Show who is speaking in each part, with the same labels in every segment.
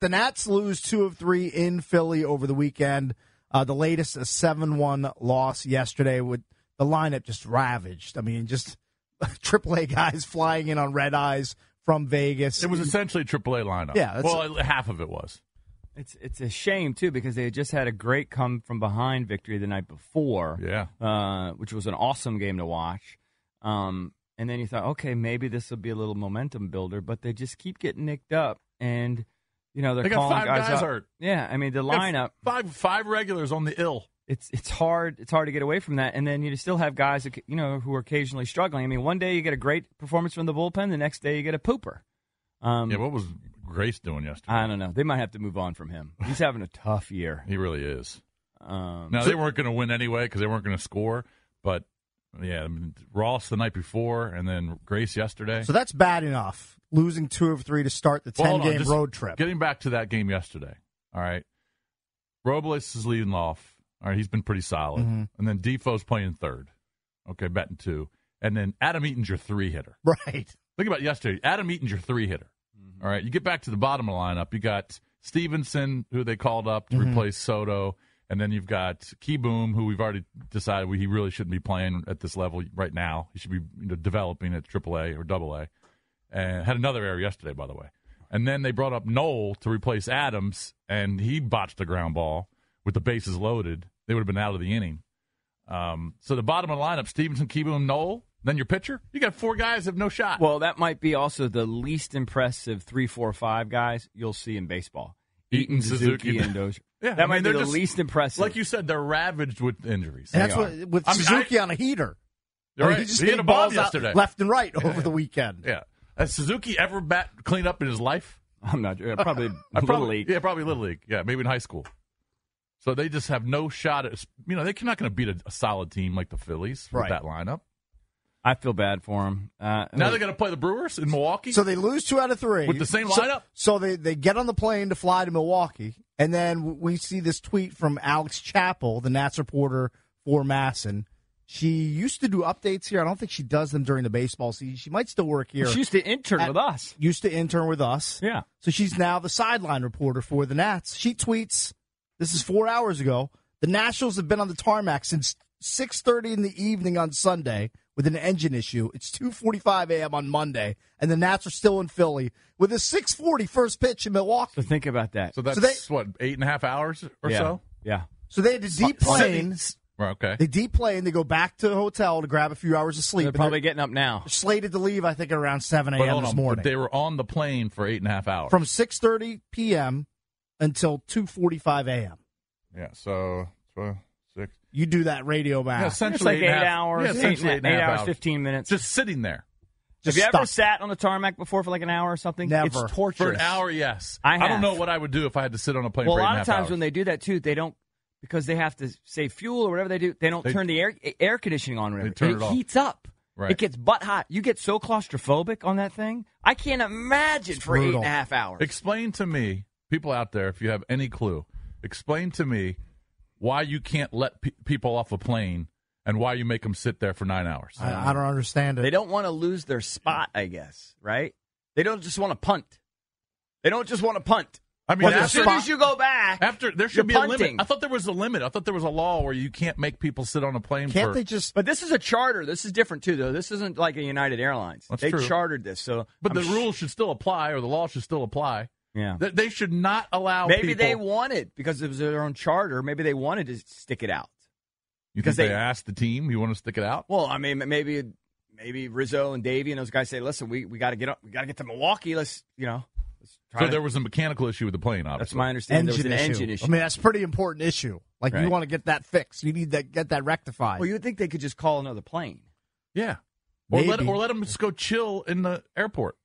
Speaker 1: The Nats lose two of three in Philly over the weekend. Uh, the latest, a 7 1 loss yesterday with the lineup just ravaged. I mean, just AAA guys flying in on red eyes from Vegas.
Speaker 2: It was essentially a AAA lineup.
Speaker 1: Yeah, that's-
Speaker 2: well, half of it was.
Speaker 3: It's it's a shame too because they had just had a great come from behind victory the night before.
Speaker 2: Yeah.
Speaker 3: uh, which was an awesome game to watch. Um, and then you thought, okay, maybe this will be a little momentum builder, but they just keep getting nicked up, and you know they're
Speaker 2: They got
Speaker 3: calling
Speaker 2: five
Speaker 3: guys,
Speaker 2: guys
Speaker 3: up.
Speaker 2: hurt.
Speaker 3: Yeah, I mean the
Speaker 2: Got
Speaker 3: lineup.
Speaker 2: Five five regulars on the ill.
Speaker 3: It's it's hard it's hard to get away from that, and then you still have guys that, c- you know who are occasionally struggling. I mean, one day you get a great performance from the bullpen, the next day you get a pooper. Um,
Speaker 2: yeah, what was Grace doing yesterday?
Speaker 3: I don't know. They might have to move on from him. He's having a tough year.
Speaker 2: he really is.
Speaker 3: Um,
Speaker 2: Now they weren't going to win anyway because they weren't going to score. But yeah, I mean, Ross the night before, and then Grace yesterday.
Speaker 1: So that's bad enough. Losing two of three to start the
Speaker 2: Well,
Speaker 1: 10
Speaker 2: hold on,
Speaker 1: game
Speaker 2: just
Speaker 1: road trip.
Speaker 2: Getting back to that game yesterday. All right, Robles is leading off. All right, he's been pretty solid,
Speaker 1: Mm-hmm.
Speaker 2: and then Defoe's playing third. Okay, batting two, and then Adam Eaton's your three hitter.
Speaker 1: Right.
Speaker 2: Think about yesterday. Adam Eaton's your three hitter. All right. You get back to the bottom of the lineup. You got Stevenson, who they called up to replace Soto. And then you've got Keyboom, who we've already decided we, he really shouldn't be playing at this level right now. He should be you know, developing at AAA or AA. And had another error yesterday, by the way. And then they brought up Noel to replace Adams, and he botched a ground ball with the bases loaded. They would have been out of the inning. Um, so the bottom of the lineup: Stevenson, Keyboom, Noel. Then your pitcher. You got four guys have no shot.
Speaker 3: Well, that might be also the least impressive three, four, five guys you'll see in baseball.
Speaker 2: Eaton, Suzuki.
Speaker 3: and Dozier.
Speaker 2: Yeah, I
Speaker 3: that
Speaker 2: mean,
Speaker 3: might be
Speaker 2: they're
Speaker 3: the
Speaker 2: just-
Speaker 3: least impressive.
Speaker 2: Like you said, they're ravaged with injuries.
Speaker 1: And that's
Speaker 3: are.
Speaker 1: what with
Speaker 2: I mean,
Speaker 1: Suzuki on a heater.
Speaker 2: You're
Speaker 1: I mean,
Speaker 2: right.
Speaker 1: He just
Speaker 2: He
Speaker 1: hit
Speaker 2: hit a bomb
Speaker 1: balls out
Speaker 2: yesterday.
Speaker 1: left and right over the weekend.
Speaker 2: Yeah. Has Suzuki ever bat cleaned up in his life?
Speaker 3: I'm not uh, probably
Speaker 2: I
Speaker 3: little
Speaker 2: probably,
Speaker 3: league.
Speaker 2: Yeah, probably little league. Yeah, maybe in high school. So they just have no shot at. You know, they're not going to beat a, a solid team like the Phillies with
Speaker 1: Right.
Speaker 2: that lineup.
Speaker 3: I feel bad for him. Uh,
Speaker 2: Now they're going to play the Brewers in Milwaukee.
Speaker 1: So they lose two out of three
Speaker 2: With the same
Speaker 1: So-
Speaker 2: lineup?
Speaker 1: So, they, they get on the plane to fly to Milwaukee, and then we see this tweet from Alex Chappell, the Nats reporter for Masson. She used to do updates here. I don't think she does them during the baseball season. She might still work here.
Speaker 3: she used to intern
Speaker 1: At-
Speaker 3: with us.
Speaker 1: used to intern with us.
Speaker 3: Yeah.
Speaker 1: So she's now the sideline reporter for the Nats. She tweets, this is four hours ago, the Nationals have been on the tarmac since 6.30 in the evening on Sunday with an engine issue. It's 2.45 a.m. on Monday, and the Nats are still in Philly with a 6.40 first pitch in
Speaker 3: So
Speaker 1: Milwaukee.
Speaker 3: think about that.
Speaker 2: so that's
Speaker 1: they-
Speaker 2: what eight and a half hours or
Speaker 3: yeah.
Speaker 2: so.
Speaker 3: Yeah.
Speaker 1: So they had to deplane.
Speaker 2: Right, okay.
Speaker 1: They deplane. They go back to the hotel to grab a few hours of sleep.
Speaker 3: They're
Speaker 1: and
Speaker 3: probably getting up now.
Speaker 1: they're slated to leave, I think, at around 7
Speaker 2: But
Speaker 1: a.m.
Speaker 2: hold
Speaker 1: this
Speaker 2: on,
Speaker 1: morning.
Speaker 2: but they were on the plane for eight and a half hours.
Speaker 1: From 6.30 p.m. until 2.45 a.m.
Speaker 2: yeah, so twelve, six.
Speaker 1: You do that radio math.
Speaker 2: Yeah,
Speaker 3: It's
Speaker 2: essentially
Speaker 3: like
Speaker 2: eight
Speaker 3: eight
Speaker 2: and a half-
Speaker 3: hours,
Speaker 2: yeah,
Speaker 3: eight,
Speaker 2: essentially
Speaker 3: eight
Speaker 2: eight and a half
Speaker 3: hours, fifteen minutes.
Speaker 2: Just sitting there.
Speaker 3: Have
Speaker 1: Just
Speaker 3: you ever
Speaker 1: stuck.
Speaker 3: sat on the tarmac before for like an hour or something?
Speaker 1: Never. For an
Speaker 3: It's torture.
Speaker 2: For an hour, yes.
Speaker 3: I
Speaker 2: don't
Speaker 3: have.
Speaker 2: know what I would do if I had to sit on a plane
Speaker 3: Well,
Speaker 2: for
Speaker 3: a
Speaker 2: eight
Speaker 3: lot
Speaker 2: and
Speaker 3: of
Speaker 2: half
Speaker 3: times
Speaker 2: hours.
Speaker 3: when they do that too, they don't because they have to save fuel or whatever they do. They don't
Speaker 2: They-
Speaker 3: turn the air air conditioning on. or
Speaker 2: They
Speaker 3: whatever.
Speaker 2: turn it off.
Speaker 3: heats up.
Speaker 2: Right.
Speaker 3: It gets butt hot. You get so claustrophobic on that thing. I can't imagine for eight
Speaker 1: brutal.
Speaker 3: and a half hours.
Speaker 2: Explain to me, people out there, if you have any clue, explain to me why you can't let pe- people off a plane and why you make them sit there for nine hours.
Speaker 1: I, I don't understand it.
Speaker 3: they don't want to lose their spot. I guess right. They don't just want to punt. They don't just want to punt.
Speaker 2: I mean,
Speaker 1: Well,
Speaker 3: as
Speaker 1: that's
Speaker 2: after,
Speaker 3: soon
Speaker 1: fine.
Speaker 3: as you go back,
Speaker 2: after there
Speaker 3: you're
Speaker 2: should be a
Speaker 3: punting.
Speaker 2: limit. I thought there was a limit. I thought there was a law where you can't make people sit on a plane
Speaker 1: Can't
Speaker 2: for.
Speaker 1: they just?
Speaker 3: But this is a charter. This is different too, though. This isn't like a United Airlines.
Speaker 2: That's
Speaker 3: they
Speaker 2: true.
Speaker 3: chartered this, so
Speaker 2: but
Speaker 3: I'm
Speaker 2: the
Speaker 3: sh-
Speaker 2: rules should still apply, or the law should still apply.
Speaker 3: yeah.
Speaker 2: They, they should not allow.
Speaker 3: Maybe
Speaker 2: people,
Speaker 3: they wanted because it was their own charter. Maybe they wanted to stick it out.
Speaker 2: You think
Speaker 3: because
Speaker 2: they,
Speaker 3: they-
Speaker 2: asked the team, "You want to stick it out?"
Speaker 3: Well, I mean, maybe maybe Rizzo and Davey and those guys say, "Listen, we, we got to get up. We got to get to Milwaukee. Let's you know." Let's try
Speaker 2: So
Speaker 3: to-"
Speaker 2: there was a mechanical issue with the plane. Obviously,
Speaker 3: that's my understanding.
Speaker 1: Engine
Speaker 3: there was an
Speaker 1: issue.
Speaker 3: engine issue.
Speaker 1: I mean, that's a pretty important issue. Like you
Speaker 3: Right.
Speaker 1: want to get that fixed. You need that get that rectified.
Speaker 3: well, you would think they could just call another plane.
Speaker 2: Yeah. Or let,
Speaker 1: Maybe.
Speaker 2: or let them just go chill in the airport.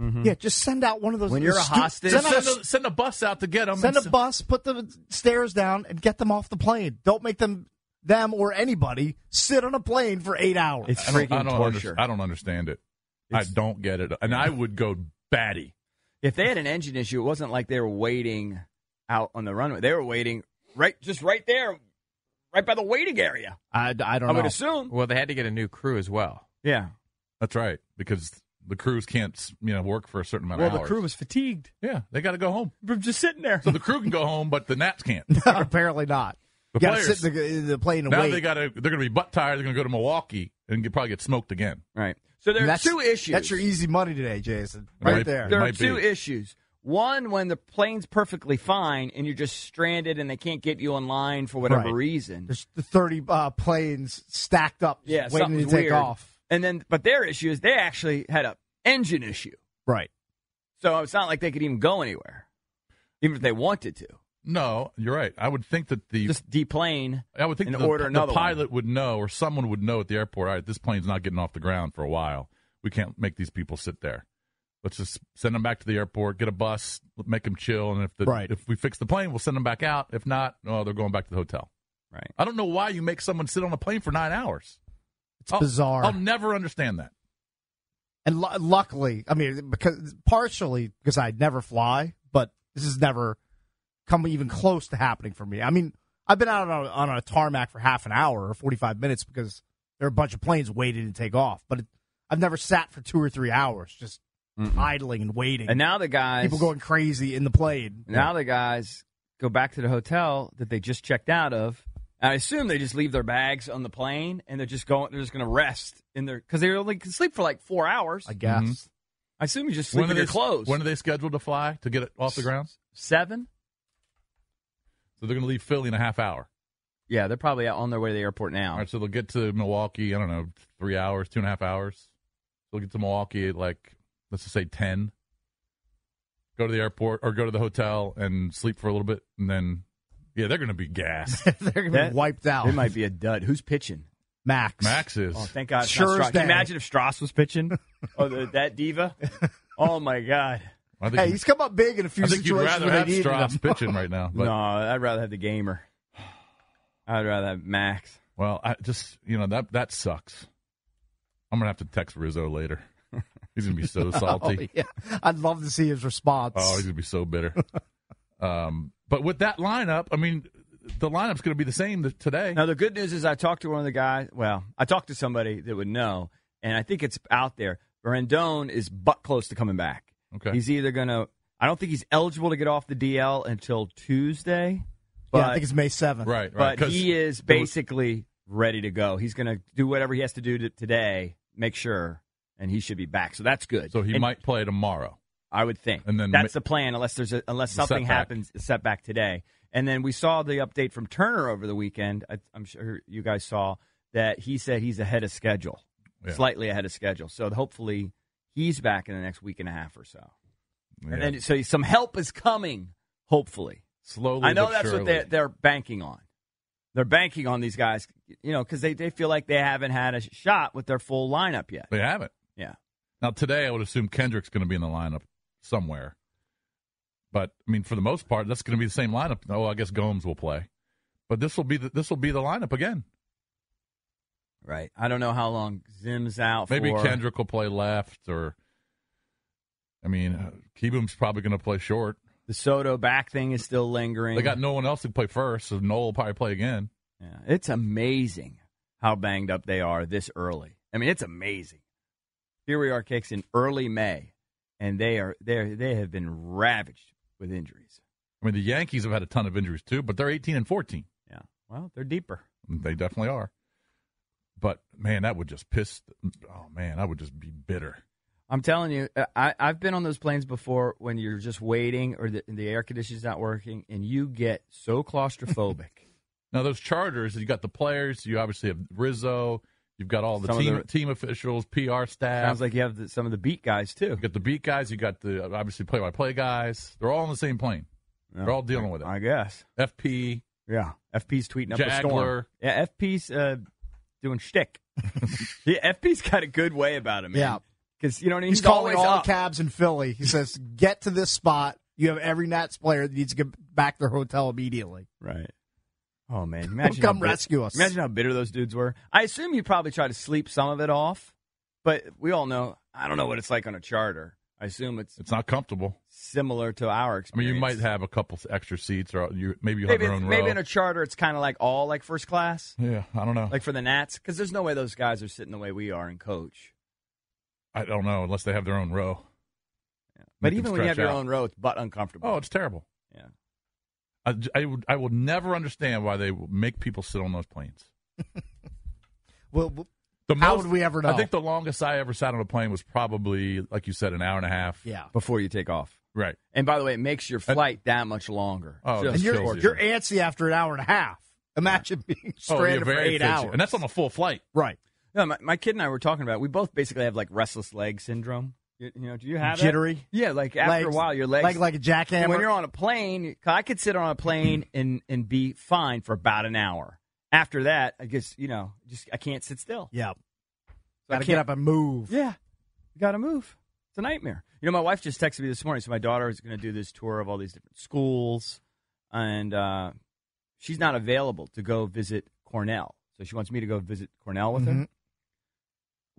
Speaker 3: Mm-hmm.
Speaker 1: Yeah, just send out one of those.
Speaker 4: When you're a
Speaker 1: stu-
Speaker 4: hostage-
Speaker 1: send,
Speaker 2: Send
Speaker 1: out,
Speaker 2: a, send a bus out to get them.
Speaker 1: send a bus, put the stairs down, and get them off the plane. Don't make them them or anybody sit on a plane for eight hours.
Speaker 3: It's
Speaker 2: I don't,
Speaker 3: freaking
Speaker 2: I don't, under-
Speaker 3: torture.
Speaker 2: I don't understand it.
Speaker 3: It's-
Speaker 2: I don't get it. And I would go batty.
Speaker 3: if they had an engine issue, it wasn't like they were waiting out on the runway. They were waiting right, just right there, right by the waiting area.
Speaker 1: I, I
Speaker 3: I,
Speaker 1: don't
Speaker 3: would
Speaker 1: know.
Speaker 3: assume.
Speaker 4: Well, they had to get a new crew as well.
Speaker 3: Yeah.
Speaker 2: That's right. Because the crews can't, you know, work for a certain amount
Speaker 3: Well,
Speaker 2: of
Speaker 3: the
Speaker 2: hours.
Speaker 3: crew was fatigued
Speaker 2: yeah, they got to go home.
Speaker 3: from just sitting there.
Speaker 2: So the crew can go home, but the Nats can't.
Speaker 1: Apparently not. you
Speaker 2: The
Speaker 1: gotta
Speaker 2: players.
Speaker 1: sit in the, in the plane and
Speaker 2: now
Speaker 1: wait.
Speaker 2: they got to. They're going to be butt tired. They're going to go to Milwaukee and get, probably get smoked again.
Speaker 3: Right. So there are
Speaker 1: that's,
Speaker 3: two issues.
Speaker 1: That's your easy money today, Jason.
Speaker 2: Right.
Speaker 1: Right, there.
Speaker 2: It
Speaker 3: there are
Speaker 2: might
Speaker 3: two
Speaker 2: be.
Speaker 3: issues. One, when the plane's perfectly fine and you're just stranded and they can't get you in line for whatever
Speaker 1: Right.
Speaker 3: reason.
Speaker 1: There's the 30 uh, planes stacked up,
Speaker 3: Yeah,
Speaker 1: waiting to
Speaker 3: something's
Speaker 1: take
Speaker 3: weird.
Speaker 1: off.
Speaker 3: And then, but their issue is they actually had a engine issue,
Speaker 1: Right.
Speaker 3: so it's not like they could even go anywhere, even if they wanted to.
Speaker 2: No, you're right. I would think that the
Speaker 3: Just deplane.
Speaker 2: I would think
Speaker 3: and
Speaker 2: the,
Speaker 3: order
Speaker 2: the
Speaker 3: another one.
Speaker 2: pilot would know, or someone would know at the airport. All right, this plane's not getting off the ground for a while. We can't make these people sit there. Let's just send them back to the airport, get a bus, make them chill, and if the
Speaker 1: Right.
Speaker 2: if we fix the plane, we'll send them back out. If not, no, they're going back to the hotel.
Speaker 3: Right.
Speaker 2: I don't know why you make someone sit on a plane for nine hours.
Speaker 1: It's bizarre.
Speaker 3: Oh,
Speaker 2: I'll never understand that.
Speaker 1: And lu luckily, I mean, because partially because I never fly, but this has never come even close to happening for me. I mean, I've been out on a, on a tarmac for half an hour or 45 minutes because there are a bunch of planes waiting to take off, but it, I've never sat for two or three hours just idling and waiting.
Speaker 3: And now the guys.
Speaker 1: People going crazy in the plane.
Speaker 3: Now the guys go back to the hotel that they just checked out of. I assume they just leave their bags on the plane and they're just going. They're just going to rest in their because they only can sleep for like four hours.
Speaker 1: I guess.
Speaker 3: I assume you just sleep in
Speaker 2: they
Speaker 3: your clothes.
Speaker 2: When are they scheduled to fly to get it off the ground?
Speaker 3: Seven.
Speaker 2: So they're going to leave Philly in a half hour.
Speaker 3: Yeah, they're probably out on their way to the airport now.
Speaker 2: All right, so they'll get to Milwaukee. I don't know, three hours, two and a half hours. They'll get to Milwaukee at like let's just say ten. Go to the airport or go to the hotel and sleep for a little bit, and then yeah, they're going to be gassed.
Speaker 1: They're going to
Speaker 3: That-
Speaker 1: be wiped out.
Speaker 3: Mm-hmm. It might be a dud. Who's pitching?
Speaker 1: Max.
Speaker 2: Max is.
Speaker 3: Oh, thank God. it's not
Speaker 1: Sure
Speaker 3: Strauss.
Speaker 1: as
Speaker 3: Can you
Speaker 1: day.
Speaker 3: imagine if Strauss was pitching? oh, the, that diva. Oh my God.
Speaker 2: I think,
Speaker 1: Hey, he's come up big in a few
Speaker 2: I think you'd
Speaker 1: situations
Speaker 2: rather
Speaker 1: where
Speaker 2: have
Speaker 1: they needed
Speaker 2: Strauss
Speaker 1: him.
Speaker 2: pitching right now. But
Speaker 3: no, I'd rather have the gamer. I'd rather have Max.
Speaker 2: well, I just you know that that sucks. I'm going to have to text Rizzo later. He's going to be so
Speaker 1: Oh,
Speaker 2: salty.
Speaker 1: yeah. I'd love to see his response.
Speaker 2: Oh, he's gonna be so bitter. um, but with that lineup, I mean, the lineup's gonna be the same th- today.
Speaker 3: Now the good news is I talked to one of the guys. Well, I talked to somebody that would know, and I think it's out there. Rendon is butt close to coming back.
Speaker 2: Okay.
Speaker 3: He's either gonna. I don't think he's eligible to get off the DL until Tuesday. But,
Speaker 1: yeah, I think it's May 7th.
Speaker 2: right, right.
Speaker 3: uh, but
Speaker 2: 'cause
Speaker 3: he is
Speaker 2: there was-
Speaker 3: basically ready to go. He's gonna do whatever he has to do to, today. Make sure, and he should be back. So that's good.
Speaker 2: So he
Speaker 3: And
Speaker 2: might play tomorrow.
Speaker 3: I would think.
Speaker 2: And then
Speaker 3: that's
Speaker 2: ma-
Speaker 3: the plan, unless there's a, unless
Speaker 2: The
Speaker 3: something
Speaker 2: setback.
Speaker 3: happens a setback today. And then we saw the update from Turner over the weekend. I, I'm sure you guys saw that he said he's ahead of schedule,
Speaker 2: Yeah.
Speaker 3: slightly ahead of schedule. So hopefully he's back in the next week and a half or so. And
Speaker 2: Yeah.
Speaker 3: then so some help is coming. Hopefully,
Speaker 2: slowly.
Speaker 3: I know
Speaker 2: but
Speaker 3: that's what
Speaker 2: surely.
Speaker 3: they're, they're banking on. They're banking on these guys, you know, because they, they feel like they haven't had a shot with their full lineup yet.
Speaker 2: They haven't.
Speaker 3: Yeah.
Speaker 2: Now today, I would assume Kendrick's going to be in the lineup somewhere. But I mean, for the most part, that's going to be the same lineup. Oh, I guess Gomes will play, but this will be the, this will be the lineup again.
Speaker 3: Right. I don't know how long Zim's out.
Speaker 2: Maybe
Speaker 3: for.
Speaker 2: Kendrick will play left, or I mean, uh, Keebum's probably going to play short.
Speaker 3: The Soto back thing is still lingering.
Speaker 2: They got no one else to play first, so Noel will probably play again.
Speaker 3: Yeah, it's amazing how banged up they are this early. I mean, it's amazing. Here we are, kicks in early May, and they are they they have been ravaged with injuries.
Speaker 2: I mean, the Yankees have had a ton of injuries too, but they're 18 and 14.
Speaker 3: Yeah. Well, they're deeper.
Speaker 2: They definitely are. But man, that would just piss. Oh man, I would just be bitter.
Speaker 3: I'm telling you, uh, I, I've been on those planes before when you're just waiting or the, the air conditioning's not working, and you get so claustrophobic.
Speaker 2: Now those charters, you got the players. You obviously have Rizzo. You've got all the
Speaker 3: Some of
Speaker 2: team
Speaker 3: the-
Speaker 2: team officials, PR staff.
Speaker 3: Sounds like you have the, some of the beat guys too.
Speaker 2: you got the beat guys. You got the uh, obviously play by play guys. They're all on the same plane. They're all dealing with it.
Speaker 3: I guess.
Speaker 2: FP.
Speaker 3: Yeah, FP's tweeting up a
Speaker 2: Jagler.
Speaker 3: storm. Yeah, FP's uh, doing shtick. yeah, FP's got a good way about him. Man.
Speaker 1: Yeah.
Speaker 3: because you know what I mean.
Speaker 1: He's, calling
Speaker 3: always
Speaker 1: all
Speaker 3: up.
Speaker 1: cabs in Philly. He says, "Get to this spot. You have every Nats player that needs to get back to their hotel immediately."
Speaker 3: Right. Oh man, imagine
Speaker 1: come
Speaker 3: how bit-
Speaker 1: rescue us.
Speaker 3: Imagine how bitter those dudes were. I assume you probably try to sleep some of it off, but we all know I don't know what it's like on a charter. I assume it's
Speaker 2: It's not comfortable.
Speaker 3: similar to our
Speaker 2: I mean,
Speaker 3: experience.
Speaker 2: you might have a couple extra seats, or you maybe you have
Speaker 3: maybe
Speaker 2: your own
Speaker 3: maybe
Speaker 2: row.
Speaker 3: in a charter it's kind of like all like first class,
Speaker 2: yeah, I don't know.
Speaker 3: like for the Nats, because there's no way those guys are sitting the way we are in coach.
Speaker 2: I don't know unless they have their own row. Make
Speaker 3: But
Speaker 2: them
Speaker 3: even when you have
Speaker 2: stretch
Speaker 3: your
Speaker 2: out.
Speaker 3: own row, it's butt uncomfortable.
Speaker 2: Oh, it's terrible.
Speaker 3: yeah.
Speaker 2: I, I would I will never understand why they make people sit on those planes.
Speaker 1: Well, w-
Speaker 2: The
Speaker 1: How would we ever know?
Speaker 2: I think the longest I ever sat on a plane was probably, like you said, an hour and a half.
Speaker 1: yeah.
Speaker 3: Before you take off.
Speaker 2: Right.
Speaker 3: And by the way, it makes your flight that much longer.
Speaker 2: Oh,
Speaker 3: Just
Speaker 2: that's
Speaker 1: And you're
Speaker 2: kills you.
Speaker 1: you're antsy after an hour and a half. Imagine being
Speaker 2: Oh, you're
Speaker 1: stranded for
Speaker 2: very
Speaker 1: eight
Speaker 2: fishy.
Speaker 1: hours.
Speaker 2: and that's on a full flight.
Speaker 1: right.
Speaker 3: No, my, my kid and I were talking about. It. We both basically have like restless leg syndrome. You, you know, do you have that?
Speaker 1: Jittery?
Speaker 3: Yeah, like after a
Speaker 1: Legs-
Speaker 3: while, your legs.
Speaker 1: leg like a jackhammer.
Speaker 3: and when you're on a plane, I could sit on a plane and and be fine for about an hour. After that, I guess you know, just I can't sit still.
Speaker 1: yeah,
Speaker 3: So I
Speaker 1: gotta get up
Speaker 3: can't-
Speaker 1: and move.
Speaker 3: Yeah, you got to move. It's a nightmare. You know, my wife just texted me this morning. So my daughter is going to do this tour of all these different schools, and uh, she's not available to go visit Cornell. So she wants me to go visit Cornell with
Speaker 1: Mm-hmm.
Speaker 3: her.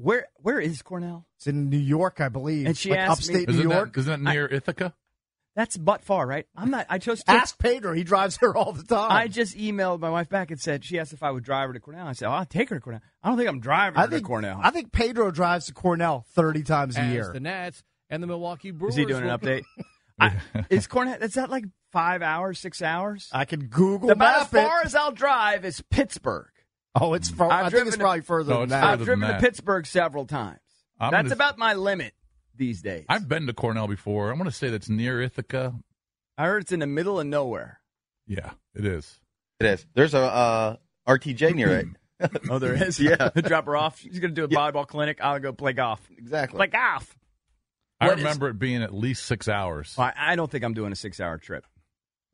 Speaker 3: Where Where is Cornell?
Speaker 1: It's in New York, I believe.
Speaker 3: And she
Speaker 1: like
Speaker 3: asked me-
Speaker 1: upstate
Speaker 2: Isn't
Speaker 1: New York.
Speaker 2: that isn't that near Ithaca?
Speaker 3: That's but far, right? I'm not. I chose. To,
Speaker 1: Ask Pedro. He drives there all the time.
Speaker 3: I just emailed my wife back and said she asked if I would drive her to Cornell. I said, oh, I'll take her to Cornell. I don't think I'm driving
Speaker 1: I
Speaker 3: her
Speaker 1: think
Speaker 3: to Cornell.
Speaker 1: I think Pedro drives to Cornell thirty times a
Speaker 5: as
Speaker 1: year.
Speaker 5: the Nats and the Milwaukee Brewers.
Speaker 3: is he doing
Speaker 5: will-
Speaker 3: an update? I, is Cornell? Is that like five hours, six hours?
Speaker 1: I can Google
Speaker 3: About as
Speaker 1: map it.
Speaker 3: far as I'll drive is Pittsburgh.
Speaker 1: Oh, it's far.
Speaker 3: I've
Speaker 1: I think it's
Speaker 3: driven-
Speaker 1: probably further
Speaker 2: No,
Speaker 1: than
Speaker 2: it's
Speaker 1: that.
Speaker 2: further
Speaker 3: I've
Speaker 2: than
Speaker 3: driven
Speaker 2: that.
Speaker 3: to Pittsburgh several times.
Speaker 2: I'm
Speaker 3: That's
Speaker 2: gonna-
Speaker 3: about my limit these days.
Speaker 2: I've been to Cornell before. I'm going to say that's near Ithaca.
Speaker 3: I heard it's in the middle of nowhere.
Speaker 2: Yeah, it is.
Speaker 6: It is. There's a uh, RTJ near it.
Speaker 3: Oh, there is.
Speaker 6: Yeah.
Speaker 3: drop her off. She's gonna do a volleyball clinic. I'll go play golf.
Speaker 6: Exactly.
Speaker 3: Play golf.
Speaker 2: I
Speaker 3: What is-
Speaker 2: remember it being at least six hours.
Speaker 3: I, I don't think I'm doing a six-hour trip.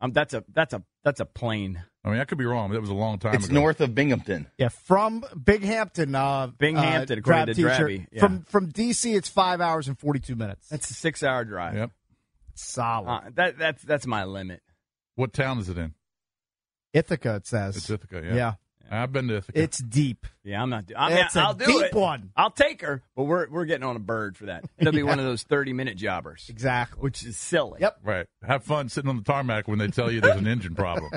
Speaker 3: Um, that's a that's a that's a plane.
Speaker 2: I mean, I could be wrong. But that was a long time
Speaker 6: it's
Speaker 2: ago.
Speaker 6: north of Binghamton.
Speaker 1: Yeah, from Binghamton. Uh,
Speaker 3: Binghamton,
Speaker 1: uh,
Speaker 3: according
Speaker 1: Drab
Speaker 3: to
Speaker 1: teacher.
Speaker 3: Drabby, yeah.
Speaker 1: From from DC, it's five hours and forty two minutes.
Speaker 3: That's a six-hour drive.
Speaker 2: Yep.
Speaker 1: solid.
Speaker 3: Uh, that that's that's my limit.
Speaker 2: What town is it in?
Speaker 1: Ithaca, it says.
Speaker 2: It's Ithaca. Yeah.
Speaker 1: Yeah.
Speaker 2: I've been to Ithaca.
Speaker 1: It's deep.
Speaker 3: Yeah, I'm not. do- I mean,
Speaker 1: That's a
Speaker 3: I'll do
Speaker 1: deep
Speaker 3: it.
Speaker 1: one.
Speaker 3: I'll take her, but we're we're getting on a bird for that. It'll be one of those thirty-minute jobbers,
Speaker 1: Exactly.
Speaker 3: which is silly.
Speaker 1: Yep.
Speaker 2: right. Have fun sitting on the tarmac when they tell you there's an engine problem.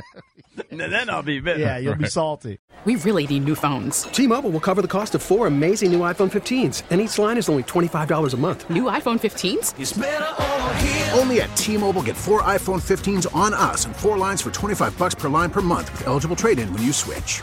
Speaker 3: And then I'll be bitter.
Speaker 1: Yeah, you'll be salty.
Speaker 7: We really need new phones.
Speaker 8: T-Mobile will cover the cost of four amazing new iPhone 15s, and each line is only $25 a month.
Speaker 7: New iPhone 15s?
Speaker 9: Only at T-Mobile get 4 iPhone 15s on us and 4 lines for 25 bucks per line per month with eligible trade-in when you switch.